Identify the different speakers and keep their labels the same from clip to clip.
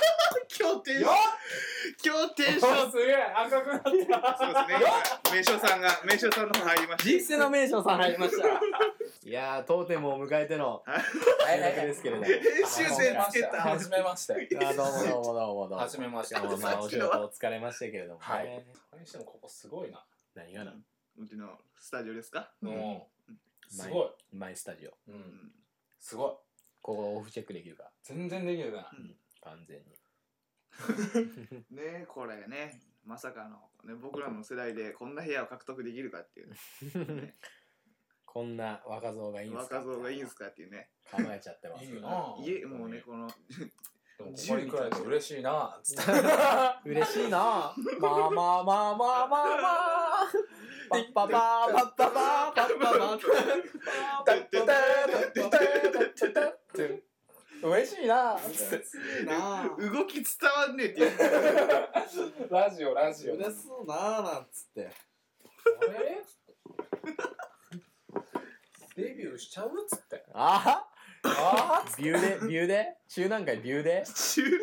Speaker 1: テンション
Speaker 2: よっ
Speaker 1: 今日テンション
Speaker 2: すげえ赤くなった
Speaker 1: そうですね今名所さんが名所さんの方入りまし
Speaker 3: 実践の名称さん入りました。いやー、当店も迎えての
Speaker 1: はい
Speaker 3: 収録ですけれど。
Speaker 1: た編集点つけた
Speaker 4: はじめまして。
Speaker 3: あどうもどうもどうもどうも。
Speaker 4: はじめまして。
Speaker 3: どうもまあお仕事お疲れましたけれどもね。
Speaker 4: はいそれにしてもここすごいな。
Speaker 3: 何がな
Speaker 1: うちのスタジオですか
Speaker 4: うんん。すごい。
Speaker 3: マイスタジオ。
Speaker 4: う。
Speaker 1: うんん
Speaker 4: すごい。
Speaker 3: ここオフチェックできるか
Speaker 4: 全然できるな。
Speaker 3: 完全に。
Speaker 1: ねえこれねまさかの、ね、僕らの世代でこんな部屋を獲得できるかっていう、ね
Speaker 3: こんな若造がいいんすか
Speaker 1: 若造がいいんすかっていうね
Speaker 3: 構えちゃってます
Speaker 4: いい。よな。
Speaker 1: 家もうねこの
Speaker 4: でもここに来られて嬉しいな。つって
Speaker 3: 嬉しいなまあまあまあまあまあまあパッパパーパッパパーパッパパーパッパパーパッパパーって嬉しいなな
Speaker 1: 動き伝わんねえっていう
Speaker 4: ラジオラジオ。
Speaker 3: 嬉しそうななんつって
Speaker 4: あれデビューしちゃうつって。
Speaker 3: ああビューでビューで中段階ビューで
Speaker 1: 中
Speaker 4: 中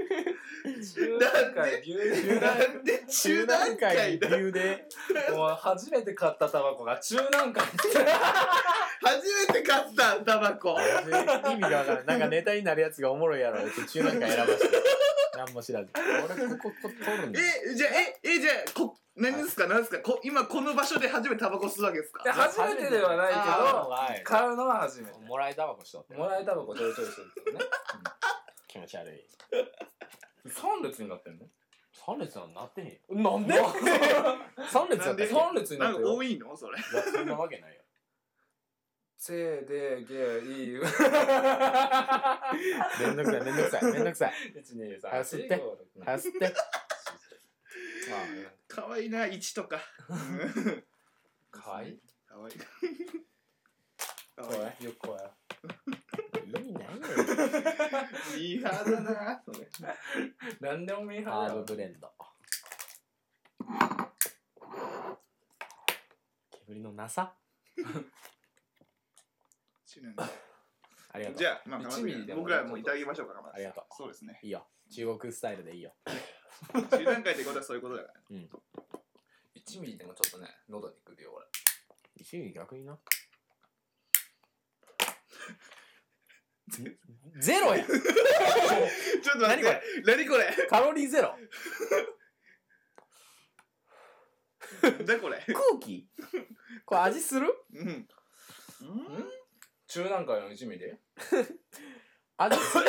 Speaker 4: 段
Speaker 1: 段階
Speaker 4: 階
Speaker 3: 中段
Speaker 1: なんで中段階だ
Speaker 3: ビューで
Speaker 4: もう初めて買ったタバコが中段階
Speaker 1: 初めて買ったタバコ
Speaker 3: 意味がわからんなんかネタになるやつがおもろいやろって中段階選ばして何も知らず俺こここ取るんだ
Speaker 1: えじゃあええじゃあこ何ですか何ですかこ今この場所で初めてタバコ吸うわけですか
Speaker 4: で初めてではないけど
Speaker 3: はい
Speaker 4: 買うのは初めて
Speaker 3: もらいタバコしとって
Speaker 4: もらえタバコちょいちょいしてるんですよね
Speaker 3: 気持ち悪い
Speaker 4: 3列になってんの
Speaker 3: 三列なんなってへんよなんで三列
Speaker 1: な
Speaker 3: なんん
Speaker 1: で
Speaker 3: て
Speaker 4: 3列に
Speaker 1: な
Speaker 4: なっ
Speaker 1: ん
Speaker 4: てる
Speaker 1: か
Speaker 4: よ
Speaker 1: 多いのそれ
Speaker 3: そんなわけないよ
Speaker 4: せーでーげーいいう
Speaker 3: めんどくさいめんどくさいめんどくさい
Speaker 4: 123
Speaker 3: 早く吸って早吸って
Speaker 1: 可愛いな1とか
Speaker 4: かわいい
Speaker 1: 可愛い
Speaker 4: 怖
Speaker 1: 可
Speaker 4: いよく怖い
Speaker 3: 意味ないよ
Speaker 1: 愛いいい派だなそれ
Speaker 4: 何でも見え
Speaker 3: ハ
Speaker 4: は
Speaker 3: ー
Speaker 4: る
Speaker 3: ブブレンド煙のなさ
Speaker 1: 中段階
Speaker 3: ありがと
Speaker 1: じ
Speaker 3: う
Speaker 1: ゃあまあ
Speaker 4: 一ミリでも
Speaker 1: 僕らもいただきましょうか鎌田さん
Speaker 3: ありがとう
Speaker 1: そうですね
Speaker 3: いいよ中国スタイルでいいよ
Speaker 1: 中段階ってことはそういうことだから
Speaker 3: うん
Speaker 4: 1ミリでもちょっとね喉にくるよ俺
Speaker 3: 一味逆にな ゼロや
Speaker 1: ちょっと待って何これ
Speaker 3: カロリーゼロ
Speaker 1: なんだこれ
Speaker 3: 空気これ味する
Speaker 1: うんうん
Speaker 4: 中段階の1ミリ
Speaker 3: 味する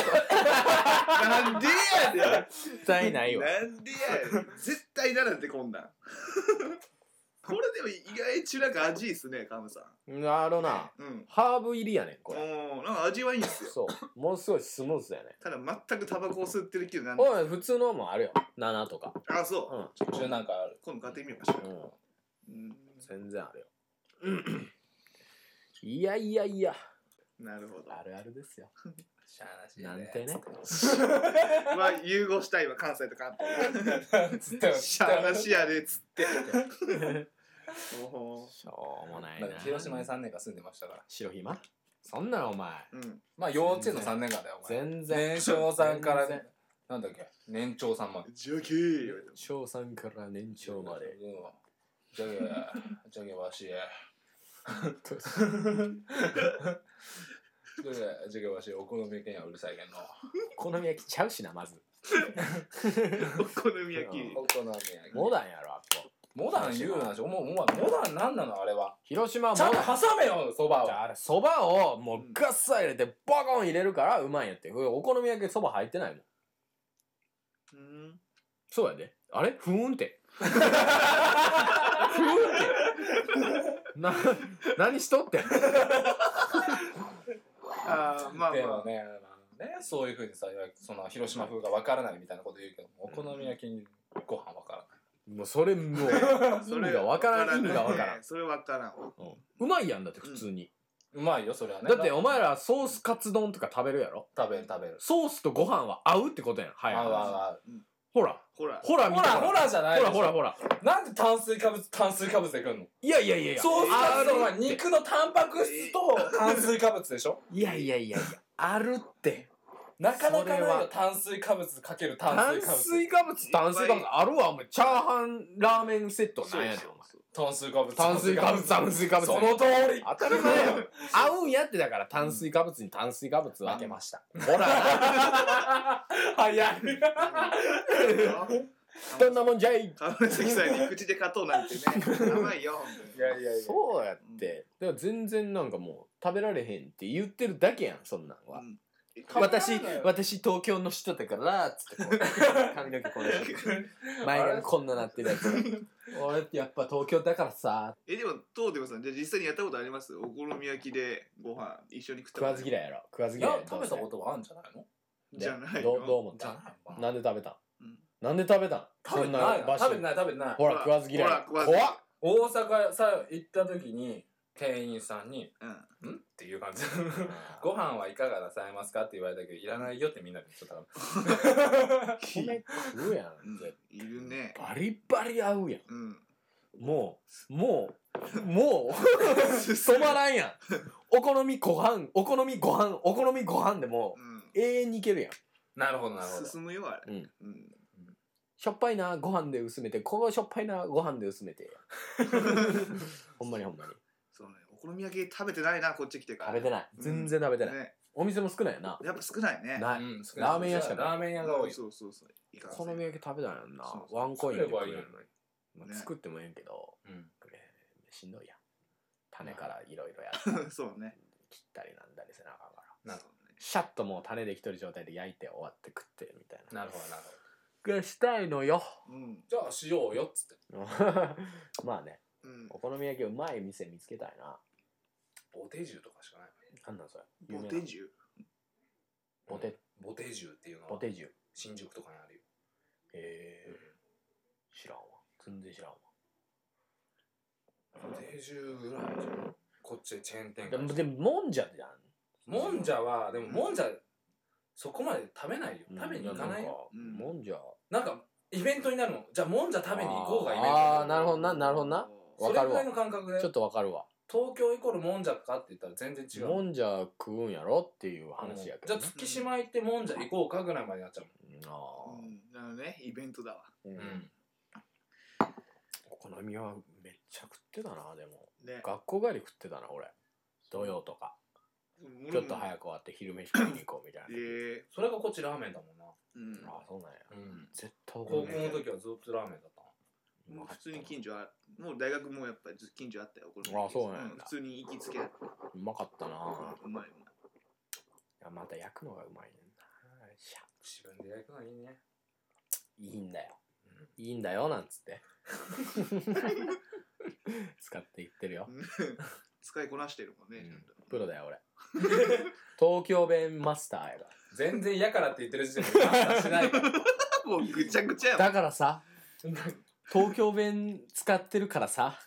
Speaker 1: なんでやで
Speaker 3: 絶対ないわ
Speaker 1: なんでや絶対ならんってこんなんこれでも意外ちなんか味いいっすねカムさ
Speaker 3: なるな。
Speaker 1: んうん
Speaker 3: ハーブ入りやねん、これ。
Speaker 1: おーなんか味はいいんすよ
Speaker 3: そう。ものすごいスムーズだよね。
Speaker 1: ただ全くタバコを吸ってる気分なんで
Speaker 3: おい、普通のもあるよ。7とか。
Speaker 1: あそう
Speaker 3: うん。
Speaker 4: 中段階ある
Speaker 1: 今度買ってみましょう
Speaker 3: うん。
Speaker 1: うん
Speaker 3: 全然あるよ。いやいやいや。
Speaker 1: なるほど
Speaker 3: あるあるですよ。
Speaker 4: しゃーな
Speaker 3: な
Speaker 4: んして
Speaker 3: ね。
Speaker 1: まあ融合したいわ関西と関東
Speaker 4: つって
Speaker 1: しゃらしやでっつっておほ
Speaker 3: しょうもない
Speaker 4: ま
Speaker 3: な
Speaker 4: あ。広島に3年間住んでましたから
Speaker 3: 白ひまそんなんお前。
Speaker 1: ーうん
Speaker 4: まあ幼稚園の3年間だよお前
Speaker 3: 全然。
Speaker 4: 年少さんから
Speaker 3: 全
Speaker 4: ね
Speaker 3: 然
Speaker 4: なんだっけ年長さんまで
Speaker 1: ジョキー
Speaker 3: 小3から年長ま で。
Speaker 4: うんじゃけじゃけわしじゃけじゃけわしお好み焼きにはうるさいけんの
Speaker 3: お好み焼きちゃうしな、まず。
Speaker 1: お好み焼き
Speaker 4: お好み焼き
Speaker 3: モダンやろ、あっこ。
Speaker 4: モダン言うなしおもうもうモダンなんなのあれは
Speaker 3: 広島はモ
Speaker 4: ちゃん
Speaker 3: ダン
Speaker 4: と。挟めよそば
Speaker 3: じゃあ
Speaker 4: を
Speaker 3: あれ、そばをもうガッサ入れて、バコン入れるからうまいんやって。これお好み焼きそば入ってないもん。
Speaker 1: うん
Speaker 3: そうやで。あれふーん って。ふーんって。な、何しとってん
Speaker 1: あーまあ
Speaker 4: で
Speaker 1: ま
Speaker 4: も
Speaker 1: あ
Speaker 4: ねまあねそういうふうにさその広島風がわからないみたいなこと言うけどお好み焼きにご飯わからない
Speaker 3: もうそれも う、意
Speaker 1: それ
Speaker 3: 味がわからん、意
Speaker 1: ね
Speaker 3: 味がわからん。
Speaker 1: それわからんわ
Speaker 3: うんうまいやんだって普通に。
Speaker 4: うまいよそれはね
Speaker 3: だってお前らソースカツ丼とか食べるやろ
Speaker 4: 食べる食べる
Speaker 3: ソースとご飯は合うってことやん。はい。
Speaker 4: あわあわ
Speaker 3: ほら、
Speaker 1: ほら
Speaker 3: ほら見
Speaker 4: ほ
Speaker 3: て
Speaker 4: ら
Speaker 3: ほら。
Speaker 4: ほ
Speaker 3: ほ
Speaker 4: らじゃないでし
Speaker 3: ら
Speaker 4: ょ
Speaker 3: ほらほら。
Speaker 4: なんで炭水化物炭水化物でくんの
Speaker 3: いやいやいやいや。
Speaker 4: ソースカツ丼は
Speaker 3: あるって
Speaker 4: 肉のタンパク質と炭水化物でしょ
Speaker 3: いやいやいやいや、あるって。
Speaker 4: なかなかない
Speaker 3: それは
Speaker 4: よ炭水化物かける炭
Speaker 3: 炭
Speaker 4: 水化
Speaker 3: 水
Speaker 4: 物
Speaker 3: 化物、炭水化物あるわ、お前。チャーハンラーメンセットなんやねん、お前。
Speaker 4: 炭水化物
Speaker 3: 炭水化物、炭水化物。
Speaker 4: その通り
Speaker 3: 当たり前やん。 合うんやってだから、炭水化物に炭水化物分けました。ほ ら、
Speaker 4: 早い
Speaker 3: どんなもんじゃい。
Speaker 1: 川崎さんに口で勝とうなんてね甘いよ本当に
Speaker 4: いやいやいや
Speaker 3: そうやって。だから全然なんかもう、食べられへんって言ってるだけやん、そんなんは
Speaker 1: う。ん
Speaker 3: 私
Speaker 4: 食べられない、
Speaker 3: 私東京の人だから、つってこう、髪の毛こんなして前髪こんななってるやつが。 俺ってやっぱ東京だからさ、
Speaker 1: えでも東出さんじゃあ実際にやったことありますお好み焼きでご飯一緒に食った
Speaker 3: 食わず
Speaker 1: い
Speaker 3: 嫌いやろ。食わず
Speaker 4: い
Speaker 3: 嫌い
Speaker 4: や
Speaker 3: やろ。
Speaker 4: 食べたことはあるんじゃないの
Speaker 1: じゃない
Speaker 3: どう
Speaker 1: の
Speaker 3: どう思っ
Speaker 4: じゃ
Speaker 3: た
Speaker 4: ないの
Speaker 3: なんで食べたん
Speaker 1: うん
Speaker 3: なんで食べたん
Speaker 4: 食べてない
Speaker 3: 場所
Speaker 4: 食べてない食べてない
Speaker 3: ほら食わず嫌い
Speaker 1: ほら食わず嫌い
Speaker 3: 怖っ
Speaker 4: 大阪さ行った時に店員さんに
Speaker 1: う
Speaker 4: 「
Speaker 1: ん
Speaker 4: ん?」っていう感じ ご飯はいかがなさいますかって言われたけどいらないよってみんなで言っちゃったから
Speaker 3: 米食うや
Speaker 1: うんん
Speaker 3: 絶
Speaker 1: いるね
Speaker 3: 対バリバリ合うやん
Speaker 1: うん
Speaker 3: もうもう もう止まらんやんお好みご飯お好みご飯お好みご飯でも
Speaker 1: うん
Speaker 3: う永遠にいけるやん
Speaker 4: なるほどなるほど
Speaker 1: 進むよあれ
Speaker 3: うん
Speaker 1: うん
Speaker 3: しょっぱいなご飯で薄めてここはしょっぱいなご飯で薄めてほんまにほんまに
Speaker 1: そうねお好み焼き食べてないなこっち来てから
Speaker 3: 食べてない全然食べてない、
Speaker 1: ね
Speaker 3: お店も少ないよな
Speaker 1: やっぱ少ないね
Speaker 3: ない、
Speaker 4: うん少
Speaker 3: ラーメン屋しかない
Speaker 4: ラーメン屋が多い
Speaker 1: そうそうそういかん
Speaker 3: お好み焼き食べたいなんな
Speaker 1: そうそう
Speaker 3: ワンコインで食
Speaker 4: 作れば
Speaker 3: え
Speaker 4: いい
Speaker 3: る
Speaker 4: の
Speaker 3: の
Speaker 4: に
Speaker 3: に、ま
Speaker 1: ね
Speaker 3: あ、作ってもええんけど、
Speaker 4: うん
Speaker 3: これしんどいやん種からいろいろやったり
Speaker 1: そうね
Speaker 3: 切ったりなんだりせなあかんから
Speaker 4: なる
Speaker 1: そうね
Speaker 3: シャッともう種できとる状態で焼いて終わって食ってみたいな
Speaker 4: なるほどなるほど
Speaker 3: がしたいのよ
Speaker 1: うん
Speaker 4: じゃあしようよっつって
Speaker 3: まあね
Speaker 1: うん
Speaker 3: お好み焼きうまい店見つけたいな
Speaker 4: ボテジュとかしかない
Speaker 3: なんなんそれ
Speaker 1: ボ
Speaker 3: 有名な
Speaker 1: テジュ
Speaker 3: ボテ
Speaker 4: ボテジュっていうの
Speaker 3: ボ
Speaker 4: は
Speaker 3: テジュへ
Speaker 4: 新宿とかにあるよ
Speaker 3: え知らんわ全然知らんわ
Speaker 4: ボテジュぐらいじゃんこっちでチェーン店
Speaker 3: でも
Speaker 4: 街
Speaker 3: でももんじゃじゃん
Speaker 4: もんじゃはでももんじゃそこまで食べないよ食べに行かないよ
Speaker 3: うんんかもんじゃ
Speaker 4: なんかイベントになるのじゃあもんじゃ食べに行こうがイベントに
Speaker 3: あー
Speaker 4: な
Speaker 3: な
Speaker 4: る
Speaker 3: るほどななるほどなわ
Speaker 4: それ
Speaker 3: かる
Speaker 4: ぐら
Speaker 3: わ
Speaker 4: いの感覚で
Speaker 3: ちょっとわかるわ
Speaker 4: 東京イコールもんじゃかって言ったら全然違う
Speaker 3: もんじゃ食うんやろっていう話やけど、
Speaker 4: うんじゃあ月島行ってもんじゃ行こうかぐらいまでになっちゃう
Speaker 3: うんああ
Speaker 1: うんなのねイベントだわ
Speaker 3: うん
Speaker 4: もん、
Speaker 3: お好みはめっちゃ食ってたなでも
Speaker 1: ね
Speaker 3: 学校帰り食ってたな俺土曜とかちょっと早く終わって昼飯食いに行こうみたいな、
Speaker 1: え
Speaker 4: それがこっちラーメンだもんな、
Speaker 1: えうん
Speaker 3: ああそうなんや
Speaker 4: うん、
Speaker 3: 絶対お好
Speaker 4: 高
Speaker 3: み
Speaker 4: 校
Speaker 3: 焼
Speaker 4: の
Speaker 3: き
Speaker 4: 時はずっとラーメンだった
Speaker 3: う
Speaker 1: も
Speaker 3: ま
Speaker 1: う
Speaker 3: かったな
Speaker 1: 普通に近所あもう大学もやっぱり近所あったよこ
Speaker 3: あそうなんや
Speaker 1: 普通に行きつけやった
Speaker 3: うまかったな
Speaker 1: う まいう
Speaker 3: いやまた焼くのがうまいねんなしゃ
Speaker 4: 自分で焼くのいいね
Speaker 3: いいんだよいいんだよなんつって 使っていってるよ
Speaker 1: まい使いこなしてるもんねちゃんと
Speaker 3: プロだよ俺東京弁マスターやか
Speaker 4: 全然嫌からって言ってる時点で感謝しないから
Speaker 1: もうぐちゃぐちゃや
Speaker 3: ら
Speaker 1: もん
Speaker 3: だからさ東京弁使ってるからさ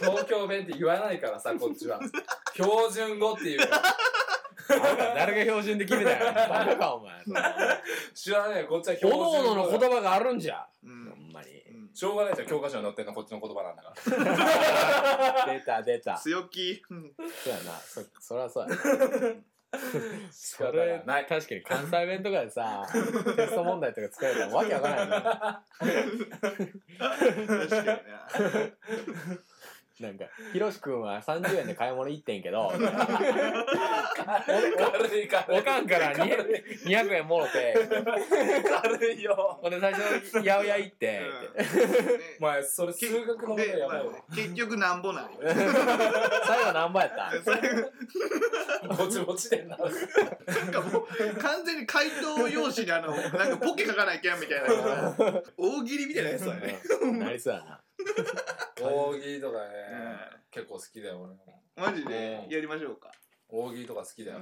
Speaker 4: 東京弁って言わないからさこっちは標準語っていうから
Speaker 3: 誰が標準で決めたよバカかお前
Speaker 4: 知らないよこっちは
Speaker 3: お
Speaker 4: 標準
Speaker 3: の
Speaker 4: 語
Speaker 3: おのの言葉があるんじゃ
Speaker 1: う
Speaker 3: ほ
Speaker 1: ん
Speaker 3: んまに
Speaker 1: うん
Speaker 4: しょうがないじゃん教科書に載ってんのこっちの言葉なんだから
Speaker 3: 出た出たそ
Speaker 1: 強気うん
Speaker 3: うやなそそりゃそうやな
Speaker 4: 仕
Speaker 3: それ
Speaker 4: ない
Speaker 3: 確かに関西弁とかで さテスト問題とか作られたらわけわからないな
Speaker 1: 確かにな
Speaker 3: なんかひろしくんは30円で買い物行ってんけ ど
Speaker 4: 軽い軽い
Speaker 3: おかんからに
Speaker 4: 軽い
Speaker 3: 200円もろて
Speaker 4: 軽いよ
Speaker 3: ほんで最初八百屋行っ
Speaker 1: う
Speaker 3: て
Speaker 1: んね
Speaker 4: お前それ数学のこと
Speaker 1: で
Speaker 4: やばいわ
Speaker 1: まあ結局なんぼない
Speaker 3: 最後何倍やった
Speaker 1: それ
Speaker 4: ぼちぼちでんな
Speaker 1: なんかもう完全に回答用紙にあのなんかボケ書かないけんみたいな大喜利みたいなやつだね
Speaker 3: うんなりそうや な
Speaker 4: 大喜利とかね
Speaker 1: うん
Speaker 4: 結構好きだよ俺も
Speaker 1: マジでやりましょうか
Speaker 4: 大喜利とか好きだよ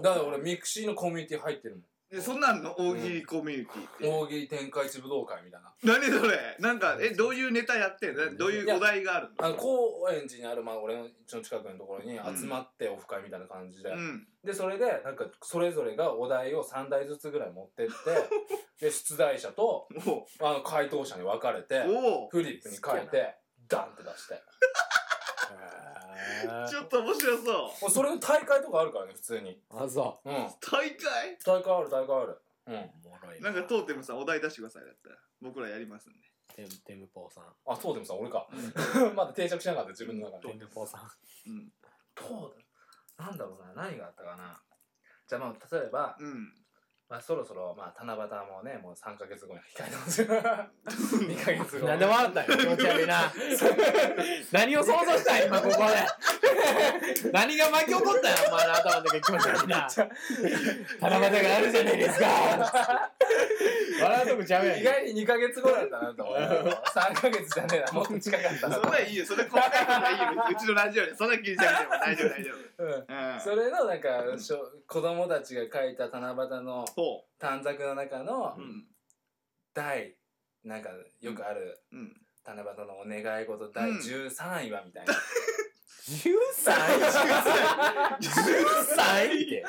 Speaker 4: だから俺ミクシーのコミュニティ入ってる
Speaker 1: でそんなんの大喜利コミュニティって、
Speaker 4: もん大喜利天下一武道会みたいな
Speaker 1: 何それなんかえどういうネタやってんのどういうお題があるの
Speaker 4: あの高円寺にある、まあ、俺の家の近くのところに集まってオフ会みたいな感じで、
Speaker 1: うん
Speaker 4: でそれでなんかそれぞれがお題を3題ずつぐらい持ってって で出題者と
Speaker 1: お
Speaker 4: あの回答者に分かれて
Speaker 1: お
Speaker 4: フリップに書いてダンって出して
Speaker 1: ちょっと面白そう
Speaker 4: もうそれの大会とかあるからね普通に
Speaker 3: あ、そ
Speaker 4: うん
Speaker 1: 大会
Speaker 4: 大会ある大会あるうん
Speaker 3: う。おもろい
Speaker 1: なんかトーテムさんお題出してくださいだったら僕らやりますんで
Speaker 3: テム、テムポーさん。
Speaker 4: あそうでもさ俺か まだ定着しなかった自分の中
Speaker 3: テ
Speaker 4: で
Speaker 3: ムポーさん。
Speaker 1: うん
Speaker 4: そうだなんだろうな何があったかなじゃあまあ例えば、
Speaker 1: うん
Speaker 4: まあ、そろそろまあ七夕もねもう3か月後に控えてますから2ヶ月後
Speaker 3: なんで笑ったんよ気持ち悪いな。何を想像したん今ここで。 何が巻き起こったんやお前の頭の中で気持ち悪いな。七夕があるじゃないですか。笑うとこちゃうや ん
Speaker 4: 意。外に2ヶ月後だったなと思う3ヶ月じゃねえなもっと近かった
Speaker 1: そ
Speaker 4: なん
Speaker 1: なんいいよそれ細かいことはいいようちのラジオでそんな気にしなくても大丈夫大丈
Speaker 4: うん
Speaker 1: 夫
Speaker 4: そ
Speaker 1: うん
Speaker 4: れのなんかしょ子供たちが書いた七夕の
Speaker 1: そ
Speaker 4: 短冊の中の
Speaker 1: ううん
Speaker 4: 第なんかよくある
Speaker 1: うん
Speaker 4: 七夕のお願い事第
Speaker 1: うん
Speaker 4: 13位はみたいな
Speaker 3: 10歳 ?10 歳って。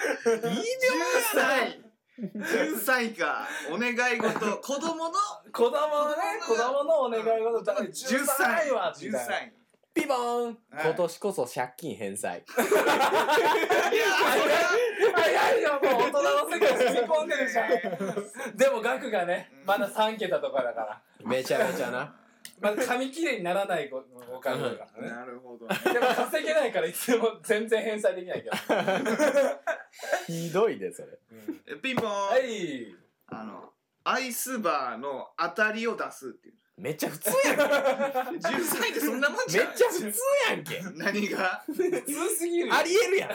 Speaker 1: 13歳かお願い事子供の
Speaker 4: 子供のね子供のお願い事第13位はみたい
Speaker 1: 13
Speaker 4: な
Speaker 1: 歳
Speaker 3: ピボーン
Speaker 1: はい
Speaker 3: 今年こそ借金返済。
Speaker 1: いや
Speaker 4: 早いよもう大人の世界に込んでるじゃ
Speaker 1: それ
Speaker 4: んでも額がねまだ3桁とかだから
Speaker 3: めちゃめちゃな。
Speaker 4: まだ紙切れにならないごお金だからね
Speaker 1: なるほどね
Speaker 4: でも稼げないからいつも全然返済できないけど、
Speaker 3: ひどいで、それ。
Speaker 1: えピンポン
Speaker 4: はい
Speaker 1: あのアイスバーの当たりを出すっていう
Speaker 3: めっちゃ普通やんけ。
Speaker 1: 13歳ってそんなもん
Speaker 3: め
Speaker 1: じ
Speaker 3: っ
Speaker 1: ゃん
Speaker 3: ちゃ普通やんけ。
Speaker 1: 何が
Speaker 4: 普通すぎるよ
Speaker 3: ありえるやん。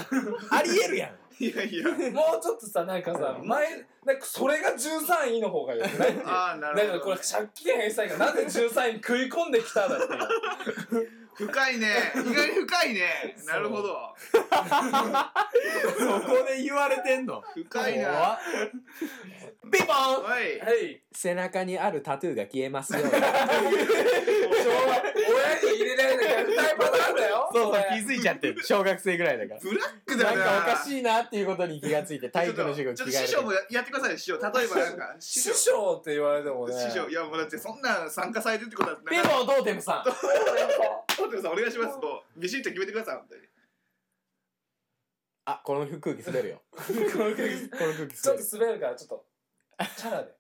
Speaker 3: ありえるやん。
Speaker 1: いやい や
Speaker 4: もうちょっとさなんかさ前なんかそれが13位の方がよくないっていう
Speaker 1: ああな
Speaker 4: だ
Speaker 1: る
Speaker 4: か
Speaker 1: ほ
Speaker 4: ら
Speaker 1: ど
Speaker 4: これ借金返済がなぜ13位に食い込んできただっていう
Speaker 1: 深いね意外に深いね
Speaker 4: そう
Speaker 1: なるほど
Speaker 3: そこで言われてんの。
Speaker 1: 深いな
Speaker 3: 怖っピボ
Speaker 1: お
Speaker 3: ーン
Speaker 1: い
Speaker 4: はい
Speaker 3: 背中にあるタトゥーが消えますように。
Speaker 4: 昭和親に入れられない虐待パターンだよ
Speaker 3: そうそう、
Speaker 4: こ
Speaker 3: 気
Speaker 4: れ
Speaker 3: づいちゃってる。小学生ぐらいだから。
Speaker 1: ブラックだ
Speaker 3: なん
Speaker 1: よな
Speaker 3: かおかしいなっていうことに気がついて、体
Speaker 1: ちょっ
Speaker 3: 育の
Speaker 1: とち
Speaker 3: 授業
Speaker 1: ょっ
Speaker 3: 着
Speaker 1: と
Speaker 3: 替え
Speaker 1: 師匠
Speaker 3: る。
Speaker 1: もややってくださいよ師匠例えばなんか師
Speaker 4: 師
Speaker 1: 匠
Speaker 4: 匠って言われてもね
Speaker 1: 師 匠いやもうだってそんなん参加されてるってことだって
Speaker 3: ピ
Speaker 1: なんか
Speaker 3: ボントーテムさん。
Speaker 1: トーテムさんお願いしますもうビシッと決めてください本当に
Speaker 3: あ、この空気滑るよ。この空気
Speaker 4: ちょっ
Speaker 3: 滑る。
Speaker 4: と滑るからちょっとチャラで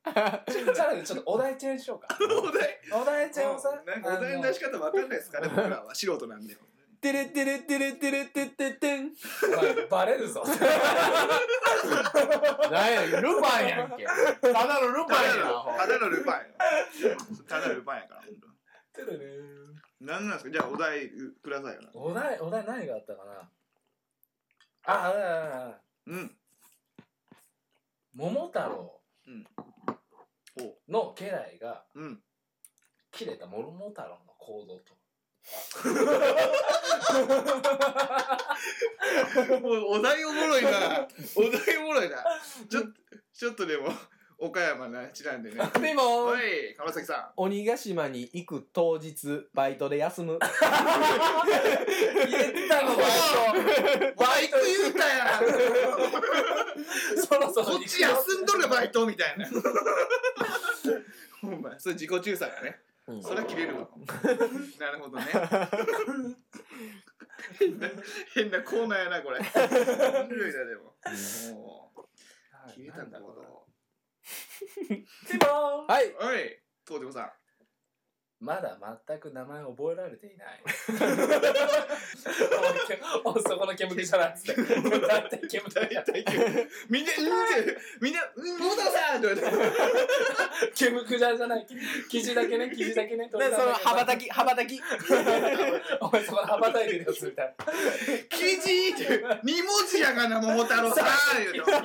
Speaker 4: チャラでちょっとお題チェーンしようか
Speaker 1: お題
Speaker 4: お題チェーンをさ
Speaker 1: なんかお題の出し方わかんないですかね僕らは素人なんで
Speaker 3: てれてれてれてれてってってん。
Speaker 4: お前バレるぞ
Speaker 3: なんや、ルパンやんけ。ただのル
Speaker 1: た
Speaker 3: パン
Speaker 1: だ
Speaker 3: や
Speaker 1: の
Speaker 3: ん。
Speaker 1: ただのルパンやただのルパンやから本当
Speaker 4: てるね
Speaker 1: なんなんですかじゃあお題くださいよな
Speaker 4: お題お題何があったかなあああああ
Speaker 1: うん
Speaker 4: 桃太郎
Speaker 1: お
Speaker 4: の家来が
Speaker 1: うん
Speaker 4: 切れた桃太郎の行動と
Speaker 1: お題おもろいなお題おもろいなちょっとちょっとでも岡山なちなんでね
Speaker 3: ピボ
Speaker 1: お
Speaker 3: ン
Speaker 1: い川崎さ
Speaker 3: 鬼ヶ島に行く当日、バイトで休む。
Speaker 4: 言ったのバイ
Speaker 1: んバイト言うたやん
Speaker 4: トそ ろそろ
Speaker 1: こっち休んどるよバイトみたいな ほんまやそれ自己中さがね
Speaker 3: うん
Speaker 1: それは切れるわ なるほどね変な 変なコーナーやなこれ面白いなでももう切れたんだけど
Speaker 4: ピボン
Speaker 3: はい。
Speaker 1: おい東條さん
Speaker 4: まだ全く名前を覚えられてい ない。 おそこの煙じゃなくて。だって煙だ
Speaker 1: 大
Speaker 4: よ。
Speaker 1: 体みんなうんってみんなうん桃太郎さんって言われて
Speaker 4: 煙じゃない。生地だけね、生地だけね。
Speaker 3: で、その、羽ばたき、羽ばたき。
Speaker 4: お前そこの羽ばたいてるやつみたいな。
Speaker 1: 「キジ!」って二文字やがな桃太郎さん言うて覚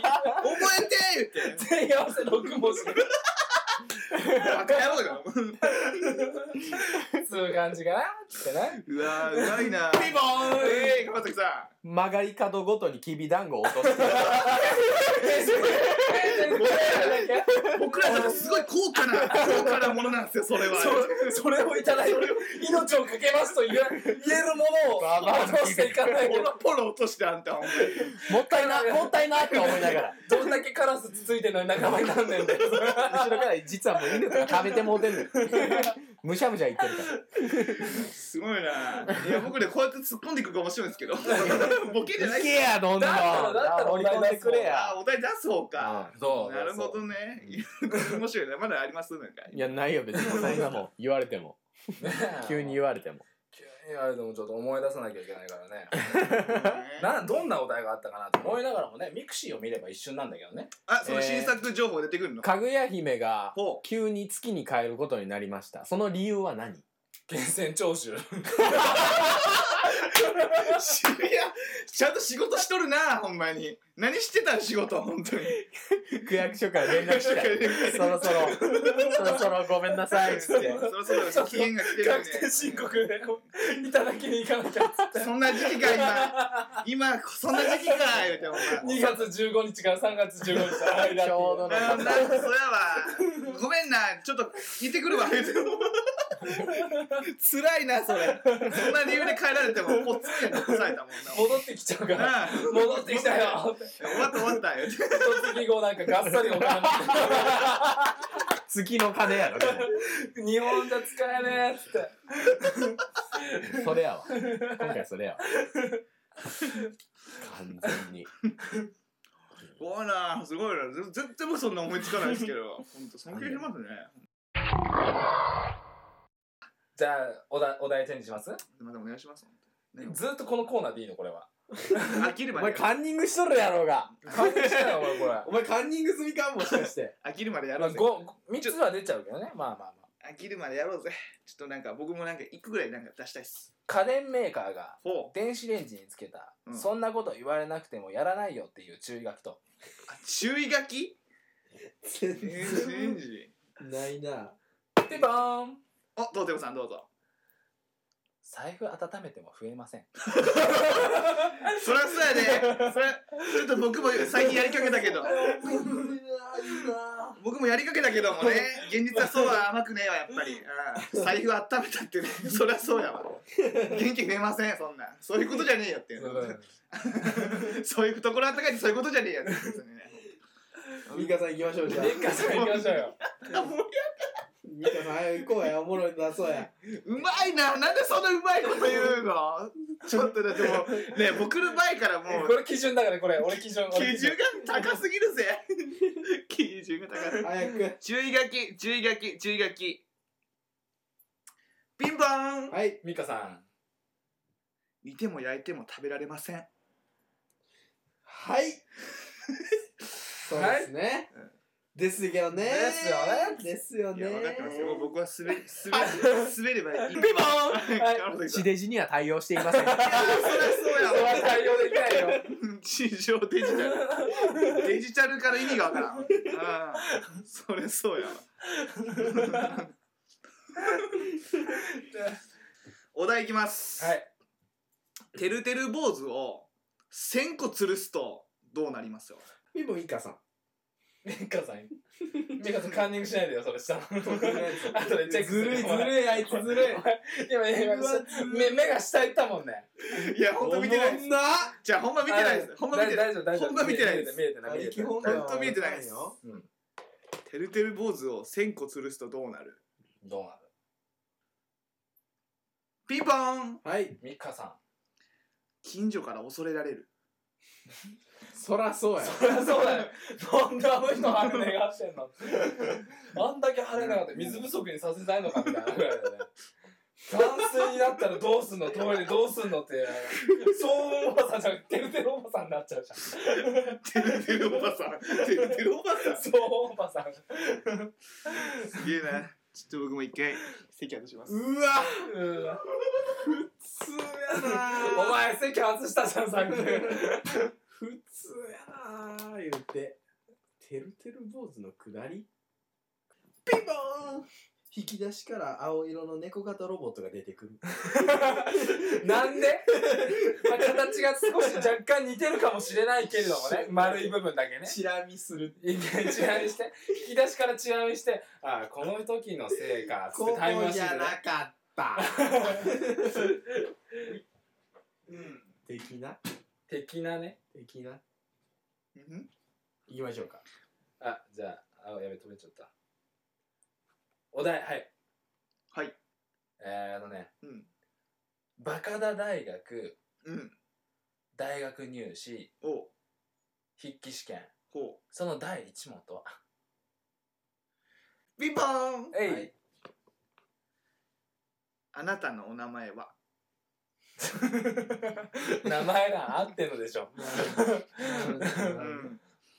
Speaker 1: えて 言って
Speaker 4: 全員合わせ六文字。
Speaker 1: バカ野郎よ
Speaker 4: そういう感じかなってね。
Speaker 1: うわーうまいな
Speaker 3: ピボーン
Speaker 1: ええ川崎さ
Speaker 3: 曲がり角ごと にきび団子を落とす。
Speaker 1: ん僕らからすごい高価な、高価なものなんですよ、それは。
Speaker 4: そそれをいただいて命をかけますと言え言えるも
Speaker 5: バ
Speaker 4: の
Speaker 5: バ
Speaker 4: を
Speaker 5: ア
Speaker 4: 落としていかない
Speaker 1: ポ
Speaker 4: で
Speaker 1: ロポロ落としてあんた、ほんまに。
Speaker 3: もったいな、もったいなって思いながら。
Speaker 4: どんだけカラスつついてんのに仲間になんねんで
Speaker 3: 後ろから実はもう犬とか食べてもうて んのよ。むしゃむしゃ言ってるから。
Speaker 1: すごいな。いや、僕ね、こうやって突っ込んでいくか面白いんですけど。ボケじゃない
Speaker 3: いけや、どんどん。
Speaker 4: だったらだったら
Speaker 3: 盛り込んでくれ
Speaker 1: あ
Speaker 3: や。
Speaker 1: ー、お題出す方か。
Speaker 5: そう
Speaker 1: なるほどね。いやこれ面白いね。まだありますなんか。
Speaker 3: いや、ないよ、別に。そんなもん。言われても。
Speaker 5: ねえ
Speaker 3: 急に言われても。
Speaker 5: 急に言われてもちょっと思い出さなきゃいけないからね
Speaker 1: な
Speaker 5: などんなお題があったかなと思いながらもねミクシーを見れば一瞬なんだけどね
Speaker 1: あ、その新作情報出てくるの。
Speaker 3: かぐや姫が
Speaker 1: ほう
Speaker 3: 急に月に帰ることになりました。その理由は何
Speaker 5: 源泉徴収
Speaker 1: 渋谷、ちゃんと仕事しとるな、ほんまに。何してたん仕事、ほんとに。
Speaker 3: 区役所から連絡した よ。 そろそろ、そろそろごめんなさい、つ
Speaker 1: そ
Speaker 3: って。
Speaker 1: ろそろ期限が来てるよね
Speaker 4: 確定申告でいただきに行かなきゃっつって
Speaker 1: そんな時期か今今そんな時期か言うてお前
Speaker 4: 2月15日から3月15日の間
Speaker 3: ちょうどの
Speaker 1: あなんかそやわごめんなちょっと行ってくるわ言うて辛いなそれそんな理由で帰られてもこっちに残されたもん
Speaker 4: 戻ってきちゃうか
Speaker 1: な
Speaker 4: ら
Speaker 1: なあ
Speaker 4: 戻ってきたよ
Speaker 1: 終わった終わった言うて
Speaker 4: 一月後なんかがっさりお金持って
Speaker 3: 月の金やろ、で
Speaker 4: 日本じゃ使えねえっつって
Speaker 3: もそれやわ。今回それやわ。完全に。
Speaker 1: こうなすごいなぜ絶対僕そんな思いつかないですけど本当尊敬しますね
Speaker 4: じゃあおだお題チェンジします
Speaker 1: またお願いしますね
Speaker 4: ずっとこのコーナーでいいのこれは
Speaker 1: 飽きる
Speaker 3: お
Speaker 1: ま
Speaker 3: 前
Speaker 1: で
Speaker 3: カンニングしとるやろうが。
Speaker 4: 完成したよ俺これ
Speaker 3: お前カンニング済みかもしかして。
Speaker 1: 飽きるまでや
Speaker 4: まあ、
Speaker 1: ろうぜ
Speaker 4: ご三つは出ちゃうけどねまあまあまあ
Speaker 1: 飽きるまでやろうぜちょっとなんか僕もなんか一個ぐらいなんか出したいっす
Speaker 4: 家電メーカーが
Speaker 1: ほう
Speaker 4: 電子レンジにつけた、
Speaker 1: うん
Speaker 4: そんなこと言われなくてもやらないよっていう注意書きと
Speaker 1: あ注意書き
Speaker 3: 全
Speaker 1: 電子レンジ
Speaker 3: 然ないな。
Speaker 4: ピボーン
Speaker 1: お、どうてもさんどうぞ。
Speaker 4: 財布温めても増えません
Speaker 1: そりゃそうやで。それ、ちょっと僕も最近やりかけたけど。僕もやりかけたけどもね、現実はそうは甘くねえわ、やっぱ り。うん、財布温めた ってね、そりゃそうやわ。元気増えません、そんなん。そういうことじゃねえよっていうの。そういう懐あったかいってそういうことじゃねえよっていうことね。
Speaker 3: ミカさん行きましょうじゃあ。
Speaker 4: 一回それ行きましょうよ
Speaker 3: ミカさん早く行こうや。おもろいなそうや。
Speaker 1: うまいな、なんでそんなうまいこと言うのちょっとだってもう、ね、僕の前からも
Speaker 4: こ
Speaker 1: う、
Speaker 4: れ基準だからこれ俺基準俺
Speaker 1: 基準が高すぎるぜ。 基準が高い。
Speaker 3: 早く。
Speaker 1: 注意書き注意書き注意書きピンポーン
Speaker 3: はい。
Speaker 5: ミカさん
Speaker 1: 煮ても焼いても食べられません
Speaker 3: はい。そうですね。ですよね。ですよ
Speaker 1: い
Speaker 3: ね。
Speaker 1: や分かってますよもう僕は滑 り滑り滑ればいいピン
Speaker 4: ピボーンはい
Speaker 1: ーン
Speaker 3: 地デジには対応していません。
Speaker 1: あーそりゃ
Speaker 4: そ
Speaker 1: そう
Speaker 4: れ
Speaker 1: や
Speaker 4: は
Speaker 1: わ
Speaker 4: 対応できないよ
Speaker 1: 地上デジ タルデジタルから意味がわからんあーそれそうやわお題いきます
Speaker 4: はい
Speaker 1: てるてる坊主を1000個吊るすとどうなりますよ
Speaker 3: ミボミカさん。
Speaker 4: ミカさんミカさんカンニングしないでよそれしたのあとでチェックす
Speaker 3: ず
Speaker 4: る
Speaker 3: るいずるいあいつずるい。
Speaker 4: 今今目目が下行ったもんね
Speaker 1: いやほんと見てない
Speaker 3: お
Speaker 1: で
Speaker 3: も
Speaker 1: す
Speaker 3: んな。
Speaker 1: じゃあほんま見てないですほんま見てな
Speaker 4: 大
Speaker 1: い
Speaker 4: 丈夫大丈夫
Speaker 1: ほんま見てないです
Speaker 4: 見えてない見えてない
Speaker 1: だよ本当見えてないです
Speaker 3: よ。
Speaker 1: てるてる坊主を1000個吊るすとどうなる
Speaker 5: どうなる
Speaker 1: ピンポーン
Speaker 3: はい。
Speaker 5: ミカさん
Speaker 1: 近所から恐れられる
Speaker 3: そらそうや。
Speaker 4: そりゃそうだよなんであの人羽根がしてんの あんだけ晴れなかった水不足にさせたいのかみたいなぐらいだよね断水になったらどうすんのトイレどうすんのってそうおばさんじゃなくててるてるおばさんになっちゃうじゃん
Speaker 1: てるてるおばさんてるてるおばさん
Speaker 4: そうおばさん
Speaker 1: すげえなちょっと僕も一回席外します
Speaker 3: うわ。
Speaker 4: うん
Speaker 3: 普通やな。
Speaker 4: お前席外したじゃんさっき
Speaker 3: 普通やなー言うててるてる坊主のくだりピンポーン引き出しから青色の猫型ロボットが出てくる。
Speaker 4: なんで、まあ、形が少し若干似てるかもしれないけれどもね丸い部分だけね
Speaker 3: チラ見する。
Speaker 4: 一回チラ見して引き出しからチラ見してああこの時のせいかつっ
Speaker 3: こ
Speaker 4: て
Speaker 3: こ
Speaker 4: タイムマシ
Speaker 3: じ
Speaker 4: ン
Speaker 3: ゃ
Speaker 4: で、
Speaker 3: な
Speaker 4: ね、
Speaker 3: かった。
Speaker 1: うん。
Speaker 3: 的な
Speaker 4: 的なね
Speaker 3: 的な。
Speaker 1: うん
Speaker 3: 行きましょうか。
Speaker 4: あじゃああやべ止めちゃったお題はい
Speaker 1: はい
Speaker 4: えー、あのね
Speaker 1: うん。
Speaker 4: バカダ大学
Speaker 1: うん。
Speaker 4: 大学入試
Speaker 1: おう。
Speaker 4: 筆記試験
Speaker 1: ほ
Speaker 4: その第一問とは
Speaker 1: う。ピンポーン
Speaker 4: えい、
Speaker 3: はい
Speaker 1: あなたのお名前は
Speaker 4: 名前が合ってんのでしょ
Speaker 1: う。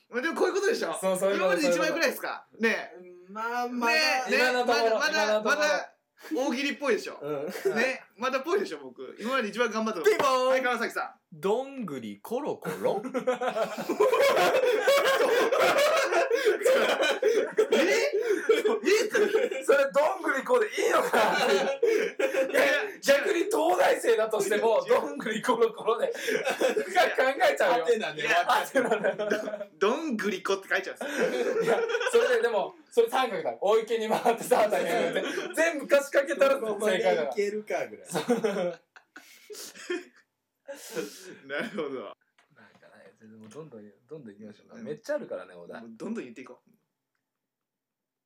Speaker 1: まあでもこういうことでしょ
Speaker 4: そうそういうこと
Speaker 1: 今までで一
Speaker 4: そういうこ
Speaker 1: 枚
Speaker 4: と
Speaker 1: ぐらいですかね
Speaker 3: まあ
Speaker 1: え。
Speaker 3: まあ、
Speaker 1: ねえね
Speaker 4: 今
Speaker 1: え
Speaker 4: の
Speaker 1: ま
Speaker 4: ところ
Speaker 1: だまだ
Speaker 4: 今のとこ
Speaker 1: ま
Speaker 4: ろ
Speaker 1: だ大喜利っぽいでしょ。
Speaker 3: うん。
Speaker 1: ねまだっぽいでしょ僕。今まで一番頑張ったの。
Speaker 3: ピンポーン
Speaker 1: はい、川崎さ
Speaker 3: どんぐりコロコロ
Speaker 1: ん。ええ
Speaker 4: それどんぐりこでいいのかいやいや逆に東大生だとして もどんぐりころころで考えちゃうよ
Speaker 3: ハテナね
Speaker 1: いや
Speaker 4: あそうなんだよ
Speaker 1: どんぐりこって書いちゃうんですよ。
Speaker 4: いやそれででもそれ三角だお池に回ってさ大変で全部貸しかけたら
Speaker 3: ど
Speaker 4: 正
Speaker 3: こまで
Speaker 4: 解だから
Speaker 3: いけるかぐらい。
Speaker 1: なるほど。
Speaker 4: なんかね、全然もうどんどんどんどん行きましょうか。
Speaker 1: うん
Speaker 4: めっちゃあるからね、お題
Speaker 1: も。うどんどん言っていこ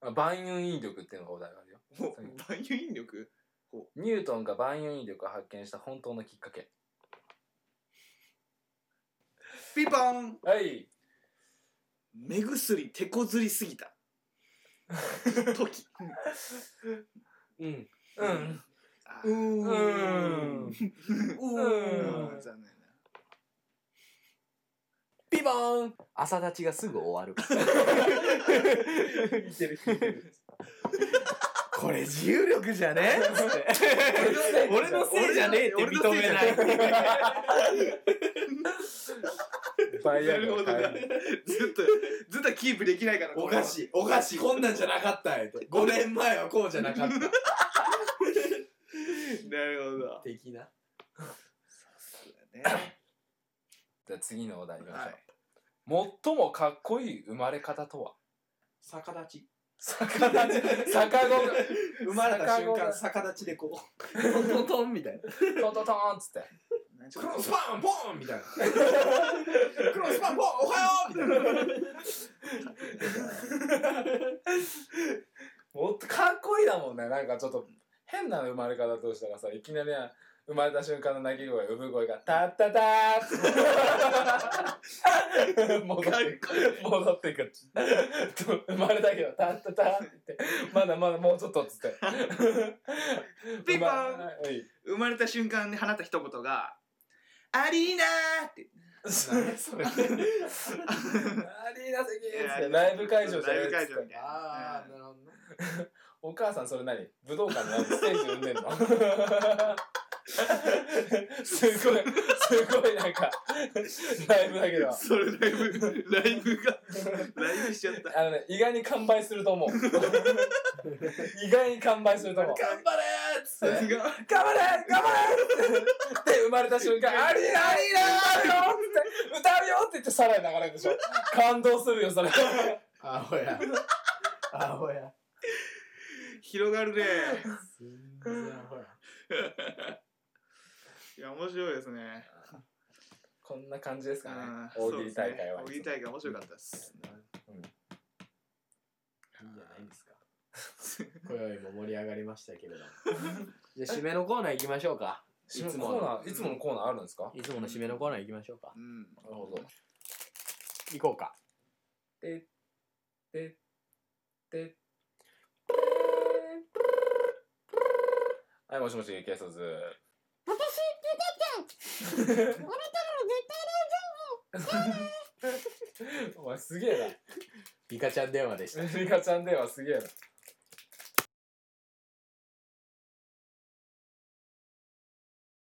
Speaker 1: う。
Speaker 4: まあ万有引力っていうのがお題があるよ。
Speaker 1: もう万有引力
Speaker 4: ニュートンが万有引力を発見した本当のきっかけ。
Speaker 1: ピンポーン
Speaker 4: はい。
Speaker 1: 目薬手こずりすぎた時
Speaker 3: うん。
Speaker 4: うん。
Speaker 1: あ
Speaker 3: う
Speaker 1: ー
Speaker 3: ん。
Speaker 4: うーん。
Speaker 1: あ
Speaker 4: うん。
Speaker 1: ー残念な
Speaker 3: ピボーン朝立ちがすぐ終わる。
Speaker 4: 見てる見てる。
Speaker 3: これ自由力じゃね 俺のせいじゃねえって認めない。
Speaker 4: バイ
Speaker 1: な
Speaker 4: アグ
Speaker 1: る
Speaker 4: ラ
Speaker 1: ほどね
Speaker 4: 買える
Speaker 1: ずっとずっとキープできないから
Speaker 3: おかしい、おかしい、こんなんじゃなかったんやと。5年前はこうじゃなか った。
Speaker 1: いなるほど
Speaker 3: 的な。
Speaker 1: ね
Speaker 4: じゃあ次のお題いきまし
Speaker 1: は
Speaker 4: ょ。
Speaker 1: いう
Speaker 4: 最もかっこいい生まれ方 とは
Speaker 3: 逆立ち。
Speaker 4: 逆立ち、逆子が、
Speaker 3: 生まれた瞬
Speaker 4: 逆子が
Speaker 3: 間、逆立ちでこう、トントントンみたい
Speaker 4: ト
Speaker 3: な。
Speaker 4: ントントンっつって。
Speaker 1: ちょ
Speaker 3: ク
Speaker 1: っと
Speaker 3: ロスパンポンみ たいな。クロスパンポンおはようみたいな。
Speaker 4: もっとかっこいいだもんねなんかちょっと変な生まれ方としたらさいきなりな生まれた瞬間の鳴き声産声が「タッタタ ー」戻っていく戻っていくと生まれたけど「タッタター」ってまだまだもうちょっとっつって
Speaker 1: ピンポ
Speaker 4: 生
Speaker 1: ン
Speaker 4: まれはい
Speaker 1: 生まれた瞬間に放った一言が「アリーナー!」って
Speaker 4: 何そ れアリーナ席っつってライブ会場じゃねえっ
Speaker 1: ライ
Speaker 4: つって
Speaker 1: ブ会場みたいな
Speaker 3: あー、なるほどね。
Speaker 4: お母さんそれ何武道館 のステージ産んでんのすごい、すごいなんか、ライブだけど。
Speaker 1: それライブライブがライブしちゃった
Speaker 4: あのね、意外に完売すると 思う。意外に完売すると思う。
Speaker 3: 頑張れーっつ
Speaker 1: さ
Speaker 3: って
Speaker 1: す。が
Speaker 4: 頑張れ頑張れって生まれた瞬間、ありなありな歌うよって、歌うよって言ってさらに流れるでしょ。感動するよ、それ。
Speaker 3: あほや。あほや。
Speaker 1: 広がるね
Speaker 3: 全然アホや。
Speaker 1: いや面白いですね
Speaker 4: こんな感じですかね
Speaker 1: うん。
Speaker 4: 大
Speaker 1: そう
Speaker 4: 喜
Speaker 1: で
Speaker 4: 利
Speaker 1: すね
Speaker 4: 大会は。
Speaker 1: 大喜利大会面白かったです
Speaker 3: いいんじゃないですか。今宵も盛り上がりましたけれども。じゃあ、締めのコーナー行きましょうか。い
Speaker 4: いつ
Speaker 3: つ
Speaker 4: もコ
Speaker 3: も
Speaker 4: ー
Speaker 3: の、
Speaker 4: ナー、いつものコーナーあるんですか
Speaker 3: いつもの締めのコーナー行きましょうか。
Speaker 1: うん
Speaker 4: なるほど。
Speaker 3: 行こうか。
Speaker 4: で、で、で、はい、もしもし、警察。お前すげえ
Speaker 3: リカちゃん電話でした。
Speaker 4: な。リカちゃん電話すげえな。